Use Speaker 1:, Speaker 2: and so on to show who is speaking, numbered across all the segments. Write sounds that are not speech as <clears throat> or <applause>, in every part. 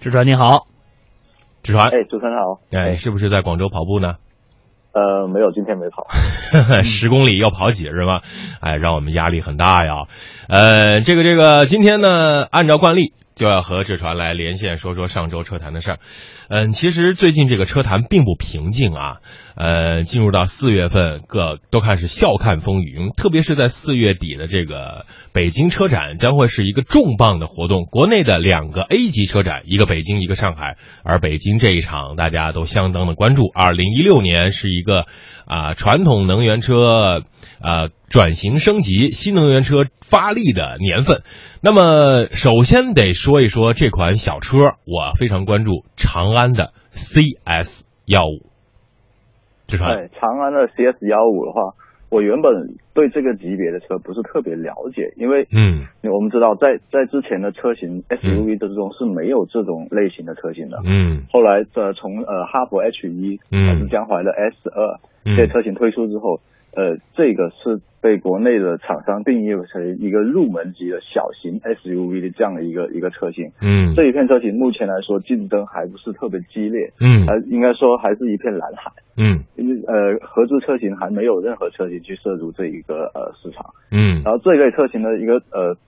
Speaker 1: 志传你好，
Speaker 2: 志传，
Speaker 3: 哎，主持人好。
Speaker 2: 哎，是不是在广州跑步呢？
Speaker 3: 呃，没有，今天没跑。
Speaker 2: 啊 <laughs> 十公里要跑几是吗？哎，让我们压力很大呀。呃，这个这个，今天呢，按照惯例就要和志传来连线，说说上周车坛的事儿。嗯、其实最近这个车坛并不平静啊。呃，进入到四月份，各都开始笑看风云，特别是在四月底的这个北京车展将会是一个重磅的活动。国内的两个 A 级车展，一个北京，一个上海。而北京这一场，大家都相当的关注。二零一六年是一个啊、传统能源车呃转型升级、新能源车发力的年份。那么，首先得说一说这款小车，我非常关注长安的 CS 幺五。志川，
Speaker 3: 哎，长安的 CS 幺五的话，我原本对这个级别的车不是特别了解，因为
Speaker 2: 嗯
Speaker 3: 我们知道在在之前的车型 SUV 之中是没有这种类型的车型的。
Speaker 2: 嗯
Speaker 3: 后来呃，从呃哈弗 H 一
Speaker 2: 嗯
Speaker 3: 还是江淮的 S 二
Speaker 2: 嗯
Speaker 3: 这些车型推出之后，呃，这个是被国内的厂商定义为一个入门级的小型 SUV 的这样的一个一个车型。
Speaker 2: 嗯
Speaker 3: 这一片车型目前来说竞争还不是特别激烈，
Speaker 2: 嗯
Speaker 3: 还呃应该说还是一片蓝海。
Speaker 2: 嗯
Speaker 3: 因为呃，合资车型还没有任何车型去涉足这一个呃市场。
Speaker 2: 嗯
Speaker 3: 然后这一类车型的一个呃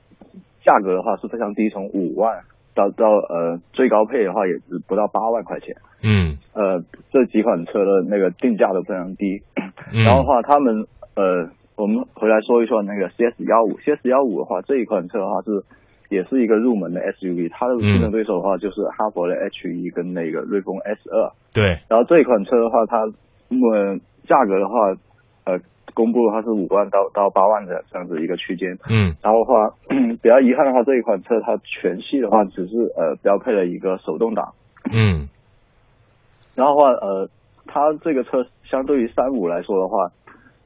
Speaker 3: 价格的话是非常低，从五万到到呃最高配的话也只不到八万块钱。
Speaker 2: 嗯，
Speaker 3: 呃，这几款车的那个定价都非常低。
Speaker 2: 嗯
Speaker 3: 然后的话，他们呃，我们回来说一说那个 CS 幺五，CS 幺五的话，这一款车的话是也是一个入门的 SUV，它的竞争对手的话就是哈佛的 H 一跟那个瑞风 S 二。
Speaker 2: 对，
Speaker 3: 然后这一款车的话，它呃价格的话，呃公布的话是五万到到八万的这样子一个区间。
Speaker 2: 嗯
Speaker 3: 然后的话， <clears throat> 比较遗憾的话，这一款车它全系的话只是呃标配了一个手动挡。
Speaker 2: 嗯
Speaker 3: 然后的话，呃，它这个车相对于三五来说的话，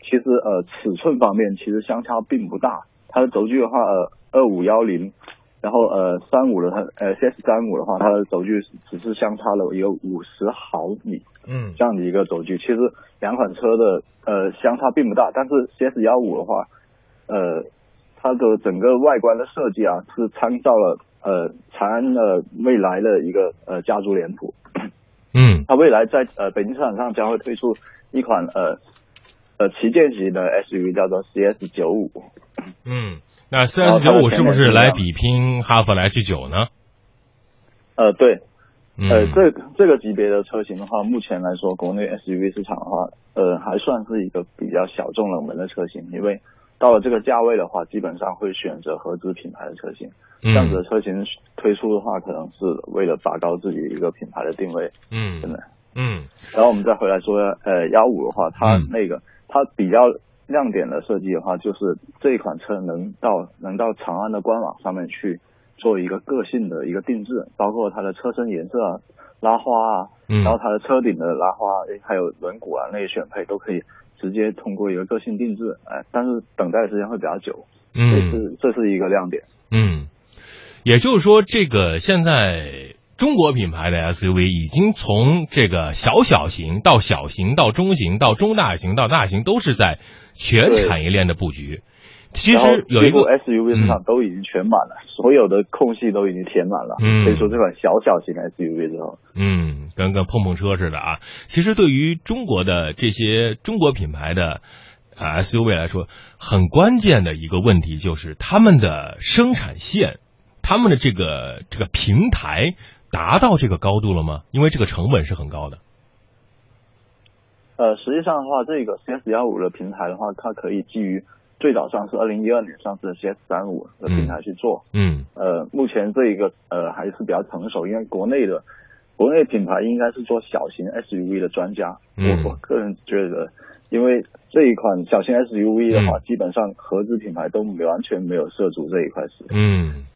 Speaker 3: 其实呃尺寸方面其实相差并不大。它的轴距的话，呃，二五幺零，然后呃三五的它呃 CS 三五的话，它的轴距只是相差了一个五十毫米
Speaker 2: 嗯
Speaker 3: 这样的一个轴距。其实两款车的呃相差并不大，但是 CS 幺五的话，呃，它的整个外观的设计啊是参照了呃长安的未来的一个呃家族脸谱。
Speaker 2: 嗯
Speaker 3: 它未来在呃北京车展上将会推出一款呃呃旗舰级的 SUV，叫做 CS 九五。
Speaker 2: 嗯，那 CS 九五是不是来比拼哈弗的 H 九呢？
Speaker 3: 呃，对，
Speaker 2: 嗯
Speaker 3: 呃，这这个级别的车型的话，目前来说，国内 SUV 市场的话，呃，还算是一个比较小众冷门的车型，因为到了这个价位的话，基本上会选择合资品牌的车型。
Speaker 2: 嗯
Speaker 3: 这样子的车型推出的话，可能是为了拔高自己一个品牌的定位。
Speaker 2: 嗯嗯嗯
Speaker 3: 然后我们再回来说，呃，幺五的话，它
Speaker 2: 嗯
Speaker 3: 那个、它比较亮点的设计的话，就是这一款车能到能到长安的官网上面去做一个个性的一个定制，包括它的车身颜色啊、拉花啊，
Speaker 2: 嗯
Speaker 3: 然后它的车顶的拉花，还有轮毂啊那些选配都可以直接通过一个个性定制，哎、但是等待的时间会比较久，这
Speaker 2: 嗯
Speaker 3: 是这是一个亮点。
Speaker 2: 嗯，也就是说，这个现在。中国品牌的 SUV 已经从这个小小型到小型到中型到中大型到大型，都是在全产业链的布局。其
Speaker 3: 然后
Speaker 2: 实有一
Speaker 3: 几乎
Speaker 2: 个嗯
Speaker 3: SUV 市场都已经全满了，所有的空隙都已经填满了。
Speaker 2: 嗯
Speaker 3: 推出这款小小型 SUV 之后，
Speaker 2: 嗯，跟跟碰碰车似的啊。其实对于中国的这些中国品牌的啊 SUV 来说，很关键的一个问题就是他们的生产线，他们的这个这个平台达到这个高度了吗？因为这个成本是很高的。
Speaker 3: 呃，实际上的话，这个 CS 幺五的平台的话，它可以基于最早上市二零一二年上市的 CS 三五的平台去做。
Speaker 2: 嗯
Speaker 3: 呃，目前这一个呃还是比较成熟，因为国内的国内品牌应该是做小型 SUV 的专家。
Speaker 2: 嗯
Speaker 3: 我我个人觉得，因为这一款小型 SUV 的话，
Speaker 2: 嗯
Speaker 3: 基本上合资品牌都没完全没有涉足这一块市场。
Speaker 2: 嗯。